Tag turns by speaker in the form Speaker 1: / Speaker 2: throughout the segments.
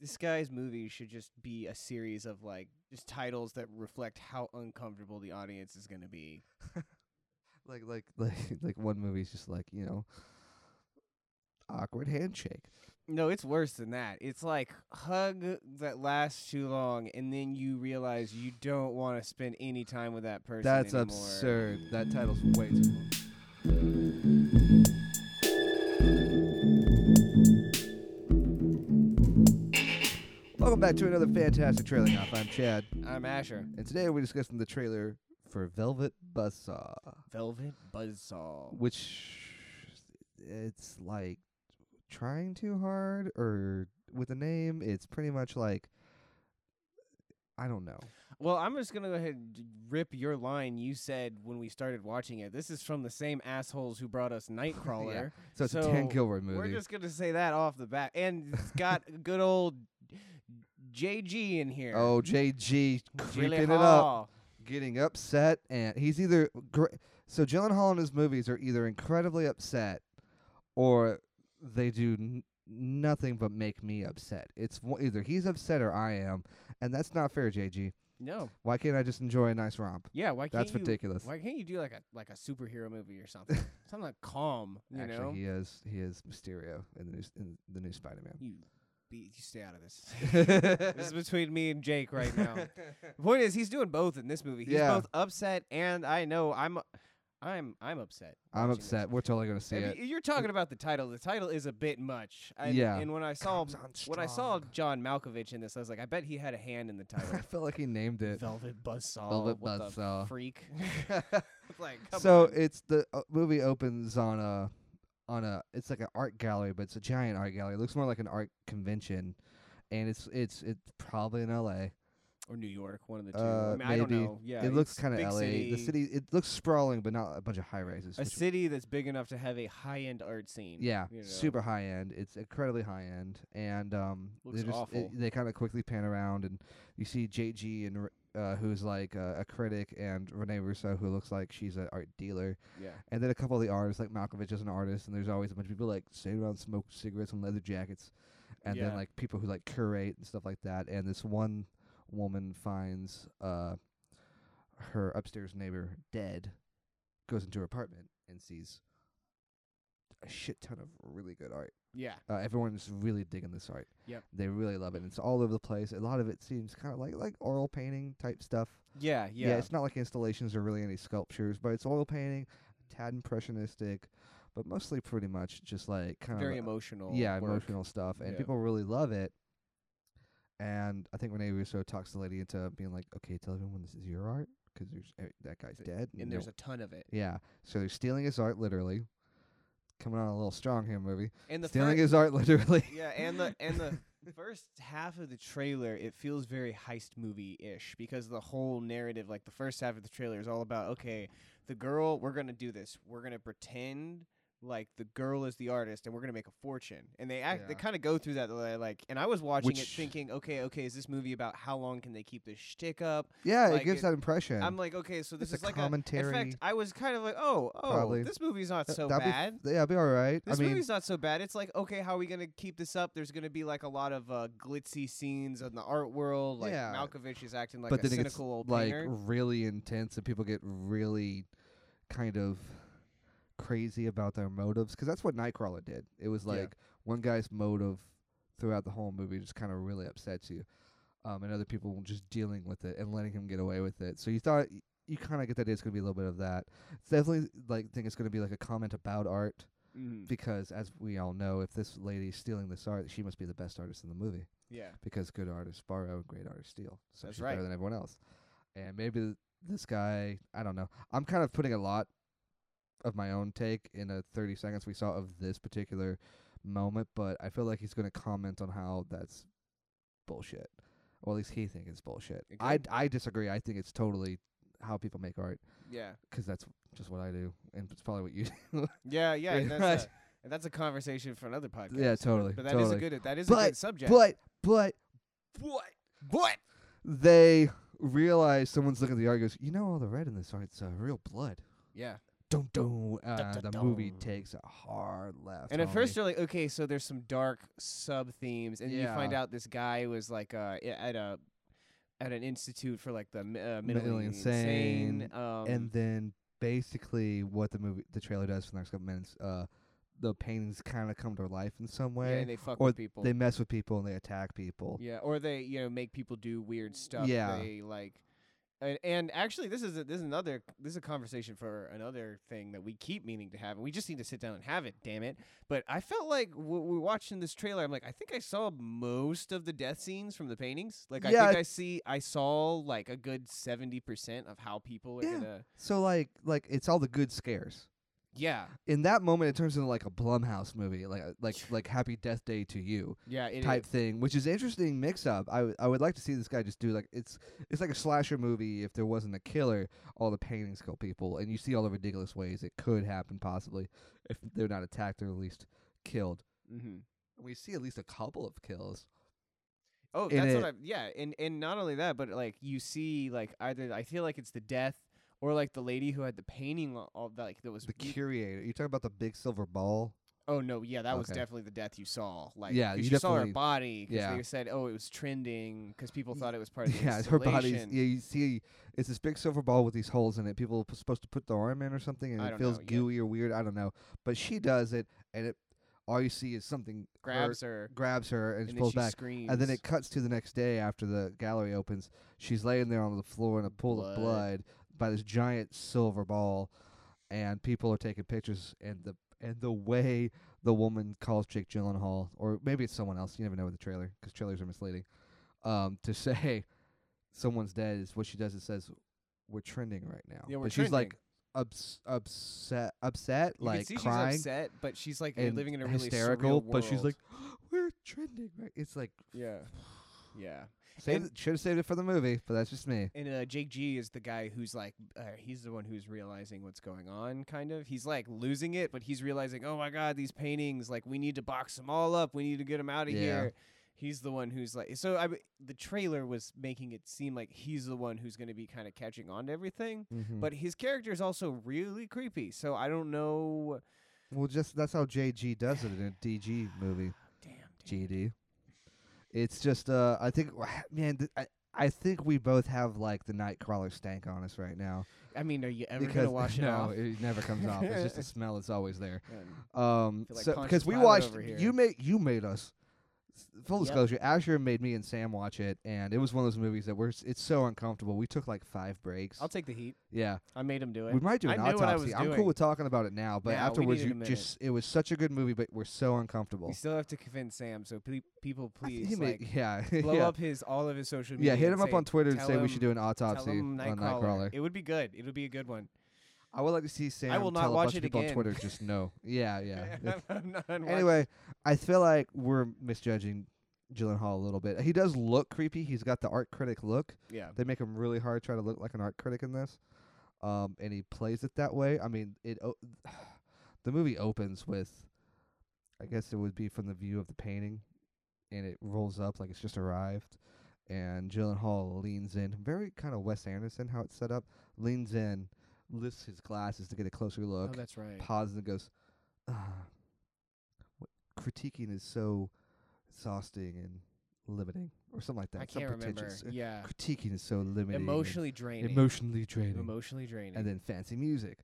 Speaker 1: this guy's movie should just be a series of like just titles that reflect how uncomfortable the audience is going to be.
Speaker 2: Like like like like one movie's just like you know, awkward handshake.
Speaker 1: No, it's worse than that. It's like hug that lasts too long, and then you realize you don't want to spend any time with that person.
Speaker 2: That's
Speaker 1: anymore.
Speaker 2: absurd. That title's way too long. Welcome back to another fantastic trailing off. I'm Chad,
Speaker 1: I'm Asher.
Speaker 2: and today we're discussing the trailer for Velvet Buzzsaw,
Speaker 1: Velvet Buzzsaw.
Speaker 2: which it's like trying too hard, or with a name, it's pretty much like I don't know.
Speaker 1: Well, I'm just gonna go ahead and d- rip your line you said when we started watching it. This is from the same assholes who brought us Nightcrawler.
Speaker 2: So it's
Speaker 1: So,
Speaker 2: a Ken Gilroy movie.
Speaker 1: We're just gonna say that off the bat, and it's got good old JG in here.
Speaker 2: Oh, JG
Speaker 1: Jilly
Speaker 2: creeping it up,
Speaker 1: Hall.
Speaker 2: getting upset, and he's either great. So Gyllenhaal in his movies are either incredibly upset, or they do n- nothing but make me upset. It's one- either he's upset or I am, and that's not fair, JG.
Speaker 1: No,
Speaker 2: Why can't I just enjoy a nice romp?
Speaker 1: yeah. Why can't
Speaker 2: That's
Speaker 1: you?
Speaker 2: ridiculous.
Speaker 1: Why can't you do like a like a superhero movie or something? something like calm, you
Speaker 2: Actually,
Speaker 1: know?
Speaker 2: he is he is Mysterio in the new, s- in the new Spider-Man.
Speaker 1: You be you stay out of this. this is between me and Jake right now. the point is, he's doing both in this movie. He's
Speaker 2: Yeah.
Speaker 1: both upset, and I know I'm, I'm, I'm upset.
Speaker 2: I'm
Speaker 1: watching this.
Speaker 2: upset. We're totally gonna see
Speaker 1: If
Speaker 2: it.
Speaker 1: y- You're talking about the title. The title is a bit much. And,
Speaker 2: Yeah.
Speaker 1: And when I saw
Speaker 2: Comes on
Speaker 1: um, when I saw
Speaker 2: strong.
Speaker 1: John Malkovich in this, I was like, I bet he had a hand in the
Speaker 2: I
Speaker 1: title.
Speaker 2: felt like he named it.
Speaker 1: Velvet Buzzsaw.
Speaker 2: Velvet
Speaker 1: what the
Speaker 2: Buzzsaw.
Speaker 1: freak. like, come
Speaker 2: so
Speaker 1: on.
Speaker 2: it's the uh, movie opens on a on a it's like an art gallery, but it's a giant art gallery. It looks more like an art convention, and it's it's it's probably in L.A.
Speaker 1: or New York, one of the two. I
Speaker 2: Uh,
Speaker 1: mean, I don't
Speaker 2: maybe.
Speaker 1: know. Yeah,
Speaker 2: it looks
Speaker 1: it's
Speaker 2: kind of
Speaker 1: big
Speaker 2: L.A. The city it looks sprawling, but not a bunch of high rises.
Speaker 1: a
Speaker 2: which-
Speaker 1: city that's big enough to have a high end art scene.
Speaker 2: yeah,
Speaker 1: you know.
Speaker 2: super high end. It's incredibly high end, and um,
Speaker 1: Looks
Speaker 2: they just
Speaker 1: awful.
Speaker 2: It, they kind of quickly pan around, and you see JG and R- uh, who's like uh, a critic, and Renee Russo, who looks like she's an art dealer.
Speaker 1: Yeah.
Speaker 2: And then a couple of the artists, like Malkovich is an artist, and there's always a bunch of people like sitting around smoking cigarettes and leather jackets, and
Speaker 1: Yeah.
Speaker 2: then like people who like curate and stuff like that. And this one woman finds uh her upstairs neighbor dead, goes into her apartment and sees a shit ton of really good art.
Speaker 1: Yeah.
Speaker 2: Uh, everyone's really digging this art.
Speaker 1: Yep.
Speaker 2: They really love it. and It's all over the place. A lot of it seems kind of like like oil painting type stuff.
Speaker 1: Yeah.
Speaker 2: Yeah.
Speaker 1: Yeah.
Speaker 2: it's not like installations or really any sculptures, but it's oil painting, tad impressionistic, but mostly pretty much just like kind
Speaker 1: Very
Speaker 2: of uh,
Speaker 1: emotional.
Speaker 2: yeah,
Speaker 1: work.
Speaker 2: emotional stuff, and
Speaker 1: Yeah.
Speaker 2: people really love it. And I think Rene Russo talks the lady into being like, "Okay, tell everyone this is your art because there's e- that guy's
Speaker 1: Th-
Speaker 2: dead."
Speaker 1: And
Speaker 2: no-
Speaker 1: there's a ton of it.
Speaker 2: yeah, so they're stealing his art literally. Coming on a little strong here, movie.
Speaker 1: And the
Speaker 2: stealing
Speaker 1: fir-
Speaker 2: his art literally.
Speaker 1: Yeah, and the and the first half of the trailer it feels very heist movie ish because the whole narrative, like the first half of the trailer, is all about okay, the girl. We're gonna do this. We're gonna pretend like the girl is the artist, and we're gonna make a fortune. And they act. They
Speaker 2: Yeah.
Speaker 1: kind of go through that li- like. And I was watching it
Speaker 2: Which-
Speaker 1: thinking, okay, okay, is this movie about how long can they keep this shtick up?
Speaker 2: yeah,
Speaker 1: Like
Speaker 2: it gives
Speaker 1: it-
Speaker 2: that impression.
Speaker 1: I'm like, okay, so this
Speaker 2: It's
Speaker 1: is
Speaker 2: a
Speaker 1: like
Speaker 2: commentary.
Speaker 1: a. In fact, I was kind of like, oh, oh,
Speaker 2: Probably.
Speaker 1: this movie's not
Speaker 2: Th-
Speaker 1: so
Speaker 2: that'd be f-
Speaker 1: bad.
Speaker 2: yeah, it'd be all right.
Speaker 1: This
Speaker 2: I mean,
Speaker 1: movie's not so bad. It's like, okay, how are we gonna keep this up? There's gonna be like a lot of uh, glitzy scenes in the art world. Like
Speaker 2: Yeah.
Speaker 1: Malkovich is acting like
Speaker 2: but
Speaker 1: a
Speaker 2: then it gets,
Speaker 1: cynical old
Speaker 2: like
Speaker 1: painter.
Speaker 2: really intense and people get really kind of crazy about their motives. 'Cause that's what nightcrawler did it was
Speaker 1: Yeah.
Speaker 2: like one guy's motive throughout the whole movie just kind of really upsets you um, and other people just dealing with it and letting him get away with it so you thought you kind of get that it's going to be a little bit of that it's definitely like think it's going to be like a comment about art Mm-hmm.
Speaker 1: Mhm.
Speaker 2: because as we all know if this lady's stealing this art she must be the best artist in the movie
Speaker 1: Yeah,
Speaker 2: because good artists borrow and great artists steal. So
Speaker 1: That's
Speaker 2: she's
Speaker 1: right.
Speaker 2: better than everyone else. And maybe th- this guy, I don't know. I'm kind of putting a lot of my own take in a 30 seconds we saw of this particular moment, but I feel like he's going to comment on how that's bullshit. Or at least he thinks it's bullshit.
Speaker 1: It
Speaker 2: I,
Speaker 1: could.
Speaker 2: I disagree. I think it's totally how people make art
Speaker 1: yeah,
Speaker 2: 'cause that's just what I do. And it's probably what you do.
Speaker 1: yeah, yeah. and
Speaker 2: Pretty
Speaker 1: that's,
Speaker 2: much.
Speaker 1: a, and that's a conversation for another podcast.
Speaker 2: Yeah, totally,
Speaker 1: But that is
Speaker 2: totally.
Speaker 1: a good that is a
Speaker 2: But-
Speaker 1: good subject.
Speaker 2: But, but
Speaker 1: what? What?
Speaker 2: they realize someone's looking at the art and goes, you know, all the red in this art's uh, real blood.
Speaker 1: Yeah,
Speaker 2: dun dun. Uh,
Speaker 1: dun,
Speaker 2: the movie
Speaker 1: dun.
Speaker 2: takes a hard left.
Speaker 1: And at first
Speaker 2: homie.
Speaker 1: you're like, okay, so there's some dark sub themes, and you find
Speaker 2: Yeah.
Speaker 1: out this guy was like uh, i- at a at an institute for like the mi- uh,
Speaker 2: Mentally
Speaker 1: mentally
Speaker 2: insane,
Speaker 1: insane. Um,
Speaker 2: and then basically what the movie, the trailer does for the next couple minutes, uh, the paintings kind of come to life in some
Speaker 1: yeah,
Speaker 2: way.
Speaker 1: and they fuck
Speaker 2: or
Speaker 1: with people.
Speaker 2: They mess with people and they attack people.
Speaker 1: yeah, or they you know make people do weird stuff.
Speaker 2: Yeah.
Speaker 1: they like. And, and actually, this is a, this is another this is a conversation for another thing that we keep meaning to have, and we just need to sit down and have it. Damn it! But I felt like w- we were watching this trailer. I'm like, I think I saw most of the death scenes from the paintings. Like, I
Speaker 2: Yeah,
Speaker 1: think
Speaker 2: I-
Speaker 1: I see I saw like a good seventy percent of how people are
Speaker 2: Yeah.
Speaker 1: gonna.
Speaker 2: So like, like it's all the good scares.
Speaker 1: Yeah,
Speaker 2: In that moment, it turns into like a Blumhouse movie, like uh, like like Happy Death Day to you
Speaker 1: yeah, it is
Speaker 2: type thing, which is interesting mix up. I w- I would like to see this guy just do like it's it's like a slasher movie. If there wasn't a killer, all the paintings kill people, and you see all the ridiculous ways it could happen possibly if they're not attacked or at least killed.
Speaker 1: Mm-hmm.
Speaker 2: And we see at least a couple of kills.
Speaker 1: Oh,
Speaker 2: in
Speaker 1: that's
Speaker 2: it.
Speaker 1: what I yeah, and and not only that, but like you see like either I feel like it's the death or like the lady who had the painting lo- all that like that was
Speaker 2: The
Speaker 1: you-
Speaker 2: curator, you talking about the big silver ball?
Speaker 1: Oh no, yeah, that was
Speaker 2: Okay.
Speaker 1: definitely the death you saw. Like
Speaker 2: Yeah,
Speaker 1: 'cause
Speaker 2: you
Speaker 1: you, saw her
Speaker 2: definitely-
Speaker 1: body cuz
Speaker 2: yeah.
Speaker 1: they said oh it was trending cuz people
Speaker 2: Y-
Speaker 1: thought it was part of the
Speaker 2: Yeah, her body's.
Speaker 1: installation.
Speaker 2: Yeah, you see, it's this big silver ball with these holes in it. People are supposed to put their arm in or something, and
Speaker 1: I
Speaker 2: it
Speaker 1: don't
Speaker 2: feels
Speaker 1: know, yeah.
Speaker 2: gooey or weird. I don't know, but she does it, and it all you see is something her-
Speaker 1: grabs her
Speaker 2: grabs her, and, she
Speaker 1: and then
Speaker 2: pulls
Speaker 1: she
Speaker 2: back.
Speaker 1: screams.
Speaker 2: And then it cuts to the next day after the gallery opens. She's laying there on the floor in a pool of
Speaker 1: Blood.
Speaker 2: blood by this giant silver ball, and people are taking pictures. And the and the way the woman calls Jake Gyllenhaal, or maybe it's someone else. You never know with the trailer, 'cause trailers are misleading. Um, to say someone's dead is what she does. It says we're trending right now.
Speaker 1: Yeah, we're
Speaker 2: but she's like ups, upset, upset,
Speaker 1: you
Speaker 2: like
Speaker 1: can see
Speaker 2: crying
Speaker 1: she's upset, but she's like
Speaker 2: and
Speaker 1: living in a really
Speaker 2: hysterical.
Speaker 1: surreal
Speaker 2: But she's like,
Speaker 1: world.
Speaker 2: we're trending right. It's like
Speaker 1: yeah. Yeah.
Speaker 2: Saved
Speaker 1: And-
Speaker 2: it, should have saved it for the movie, but that's just me.
Speaker 1: And uh, Jake G is the guy who's like, uh, he's the one who's realizing what's going on, kind of. He's like losing it, but he's realizing, oh my God, these paintings, like, we need to box them all up. We need to get them out of
Speaker 2: Yeah.
Speaker 1: here. He's the one who's like, so I, w- the trailer was making it seem like he's the one who's going to be kind of catching on to everything.
Speaker 2: Hmm.
Speaker 1: But his character is also really creepy. So I don't know.
Speaker 2: well, just that's how JG does it in a DG movie.
Speaker 1: Damn. dude.
Speaker 2: GD. It's just, uh, I think, man, th- I, I think we both have like the Nightcrawler stank on us right now
Speaker 1: I mean, are you ever going
Speaker 2: because
Speaker 1: to wash it
Speaker 2: no,
Speaker 1: off?
Speaker 2: it never comes off. It's just the smell that's always there.
Speaker 1: Um,
Speaker 2: Um,
Speaker 1: Feel like
Speaker 2: so
Speaker 1: Pontius
Speaker 2: because we
Speaker 1: Pilate
Speaker 2: watched,
Speaker 1: over
Speaker 2: you
Speaker 1: here.
Speaker 2: made you made us. S- Full
Speaker 1: Yep.
Speaker 2: disclosure, Asher made me and Sam watch it, and it was one of those movies that we're. s- It's so uncomfortable. We took like five breaks.
Speaker 1: I'll take the heat.
Speaker 2: yeah,
Speaker 1: I made him do it.
Speaker 2: We might do
Speaker 1: I
Speaker 2: an
Speaker 1: knew what I
Speaker 2: autopsy.
Speaker 1: was
Speaker 2: I'm cool
Speaker 1: doing.
Speaker 2: with talking about it now, but
Speaker 1: Nah, we
Speaker 2: afterwards,
Speaker 1: needed
Speaker 2: you
Speaker 1: a
Speaker 2: just it was such a good movie, but we're so uncomfortable.
Speaker 1: We still have to convince Sam, so ple- people
Speaker 2: I think
Speaker 1: please
Speaker 2: he may-
Speaker 1: like
Speaker 2: yeah,
Speaker 1: blow
Speaker 2: yeah,
Speaker 1: up his all of his social media.
Speaker 2: yeah. Hit
Speaker 1: and
Speaker 2: him up
Speaker 1: say,
Speaker 2: on Twitter and
Speaker 1: tell
Speaker 2: say we should
Speaker 1: him-
Speaker 2: do an
Speaker 1: tell
Speaker 2: autopsy
Speaker 1: him
Speaker 2: on
Speaker 1: Nightcrawler.
Speaker 2: Nightcrawler.
Speaker 1: It would be good. It would be a good one.
Speaker 2: I would like to see Sam
Speaker 1: will not
Speaker 2: tell
Speaker 1: watch
Speaker 2: a bunch of
Speaker 1: it
Speaker 2: people on
Speaker 1: again.
Speaker 2: Twitter just no. Yeah, yeah. If-
Speaker 1: I'm not watching-
Speaker 2: anyway, I feel like we're misjudging Gyllenhaal a little bit. He does look creepy. He's got the art critic look.
Speaker 1: yeah,
Speaker 2: They make him really hard try to look like an art critic in this, um, and he plays it that way. I mean, it. O- the movie opens with, I guess it would be from the view of the painting, and it rolls up like it's just arrived, and Gyllenhaal leans in, very kind of Wes Anderson how it's set up. Leans in, lifts his glasses to get a closer
Speaker 1: oh
Speaker 2: look,
Speaker 1: that's right.
Speaker 2: pauses and goes, ah, what, critiquing is so exhausting and limiting, or something like that.
Speaker 1: I
Speaker 2: some
Speaker 1: can't remember.
Speaker 2: pretentious-
Speaker 1: Yeah,
Speaker 2: critiquing is so limiting. and
Speaker 1: emotionally draining.
Speaker 2: emotionally draining,
Speaker 1: Emotionally draining.
Speaker 2: and then fancy music.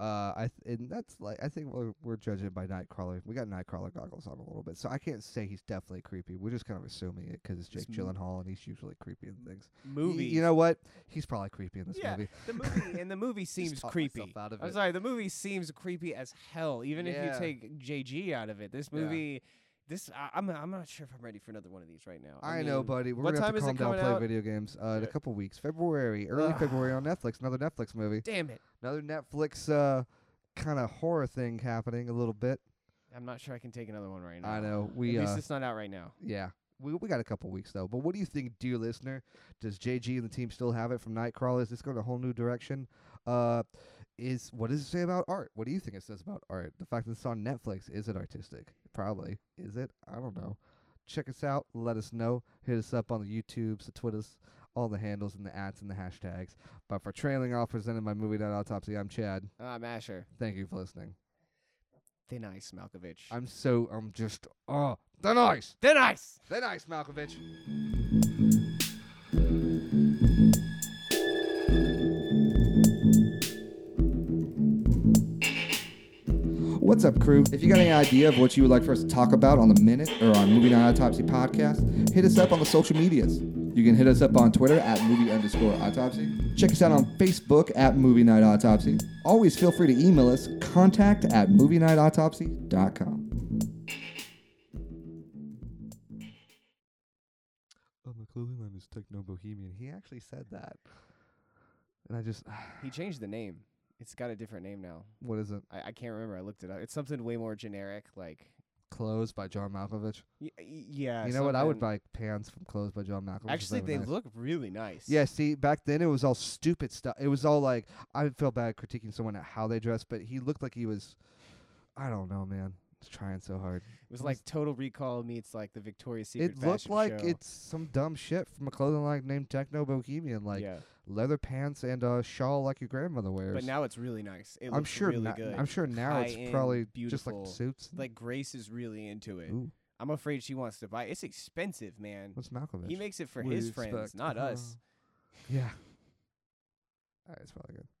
Speaker 2: Uh, I th- and that's like I think we're we're judging by Nightcrawler. We got Nightcrawler goggles on a little bit, so I can't say he's definitely creepy. We're just kind of assuming it 'cause it's
Speaker 1: It's
Speaker 2: Jake
Speaker 1: m-
Speaker 2: Gyllenhaal, and he's usually creepy and things. Y-
Speaker 1: movie.
Speaker 2: you know what? He's probably creepy in this
Speaker 1: Yeah,
Speaker 2: movie.
Speaker 1: the movie and the movie seems
Speaker 2: talked myself
Speaker 1: creepy.
Speaker 2: out of
Speaker 1: I'm
Speaker 2: it.
Speaker 1: sorry, the movie seems creepy as hell. Even
Speaker 2: Yeah.
Speaker 1: if you take JG out of it, this
Speaker 2: Yeah.
Speaker 1: movie, this I, I'm I'm not sure if I'm ready for another one of these right now.
Speaker 2: I, know,
Speaker 1: mean,
Speaker 2: buddy. We're
Speaker 1: what
Speaker 2: gonna have
Speaker 1: time
Speaker 2: to
Speaker 1: is it
Speaker 2: calm
Speaker 1: coming
Speaker 2: down, play
Speaker 1: out?
Speaker 2: video games. Uh, in a
Speaker 1: Uh,
Speaker 2: couple weeks, February, early
Speaker 1: Ugh.
Speaker 2: February on Netflix. Another Netflix movie.
Speaker 1: Damn it.
Speaker 2: Another Netflix uh kind of horror thing happening a little bit.
Speaker 1: I'm not sure I can take another one right now.
Speaker 2: I know.
Speaker 1: At
Speaker 2: We
Speaker 1: least
Speaker 2: uh,
Speaker 1: it's not out right now.
Speaker 2: Yeah. We, we got a couple weeks though, but what do you think, dear listener? Does JG and the team still have it from Nightcrawler? Is this going a whole new direction? Uh, is what does it say about art? What do you think it says about art? The fact that it's on Netflix is it artistic? Probably. Is it? I don't know. Check us out. Let us know. Hit us up on the YouTubes, the Twitters, all the handles and the ads and the hashtags. But for trailing off presented by Movie Autopsy, I'm Chad.
Speaker 1: Ah, Masher.
Speaker 2: Thank you for listening.
Speaker 1: Thin Ice Malkovich.
Speaker 2: I'm so I'm just oh the nice
Speaker 1: Thin Ice!
Speaker 2: the nice Malkovich. What's up, crew? If you got any idea of what you would like for us to talk about on the minute or on Movie Night Autopsy podcast, hit us up on the social medias. You can hit us up on Twitter at movie underscore autopsy. Check us out on Facebook at Movie Night Autopsy. Always feel free to email us contact at movie night autopsy.com. Oh, my clothing line is Techno Bohemian. He actually said that. And I just,
Speaker 1: He changed the name. It's got a different name now.
Speaker 2: what is it?
Speaker 1: I, I can't remember. I looked it up. It's something way more generic, like.
Speaker 2: Clothes by John Malkovich.
Speaker 1: Y- y- yeah.
Speaker 2: you know what? I would
Speaker 1: something-
Speaker 2: buy pants from Clothes by John Malkovich. if
Speaker 1: Actually,
Speaker 2: were
Speaker 1: they
Speaker 2: nice.
Speaker 1: look really nice.
Speaker 2: Yeah, see, back then it was all stupid stuff. It was all like I felt bad critiquing someone at how they dressed, but he looked like he was. I don't know, man. He's trying so hard.
Speaker 1: It was
Speaker 2: It
Speaker 1: like
Speaker 2: was-
Speaker 1: Total Recall meets like the Victoria's Secret.
Speaker 2: it looked
Speaker 1: fashion
Speaker 2: like
Speaker 1: show.
Speaker 2: it's some dumb shit from a clothing line named Techno Bohemian, like
Speaker 1: yeah.
Speaker 2: leather pants and a shawl like your grandmother wears.
Speaker 1: But now it's really nice. It
Speaker 2: I'm
Speaker 1: looks
Speaker 2: sure.
Speaker 1: really
Speaker 2: na-
Speaker 1: good.
Speaker 2: I'm sure now it's
Speaker 1: High-end,
Speaker 2: probably just
Speaker 1: beautiful.
Speaker 2: like suits.
Speaker 1: like Grace is really into it.
Speaker 2: Ooh,
Speaker 1: I'm afraid she wants to buy. It's expensive, man.
Speaker 2: what's Malkovich?
Speaker 1: He makes it for
Speaker 2: What do
Speaker 1: his
Speaker 2: you
Speaker 1: friends,
Speaker 2: expect?
Speaker 1: not us.
Speaker 2: Yeah. All right, it's probably good.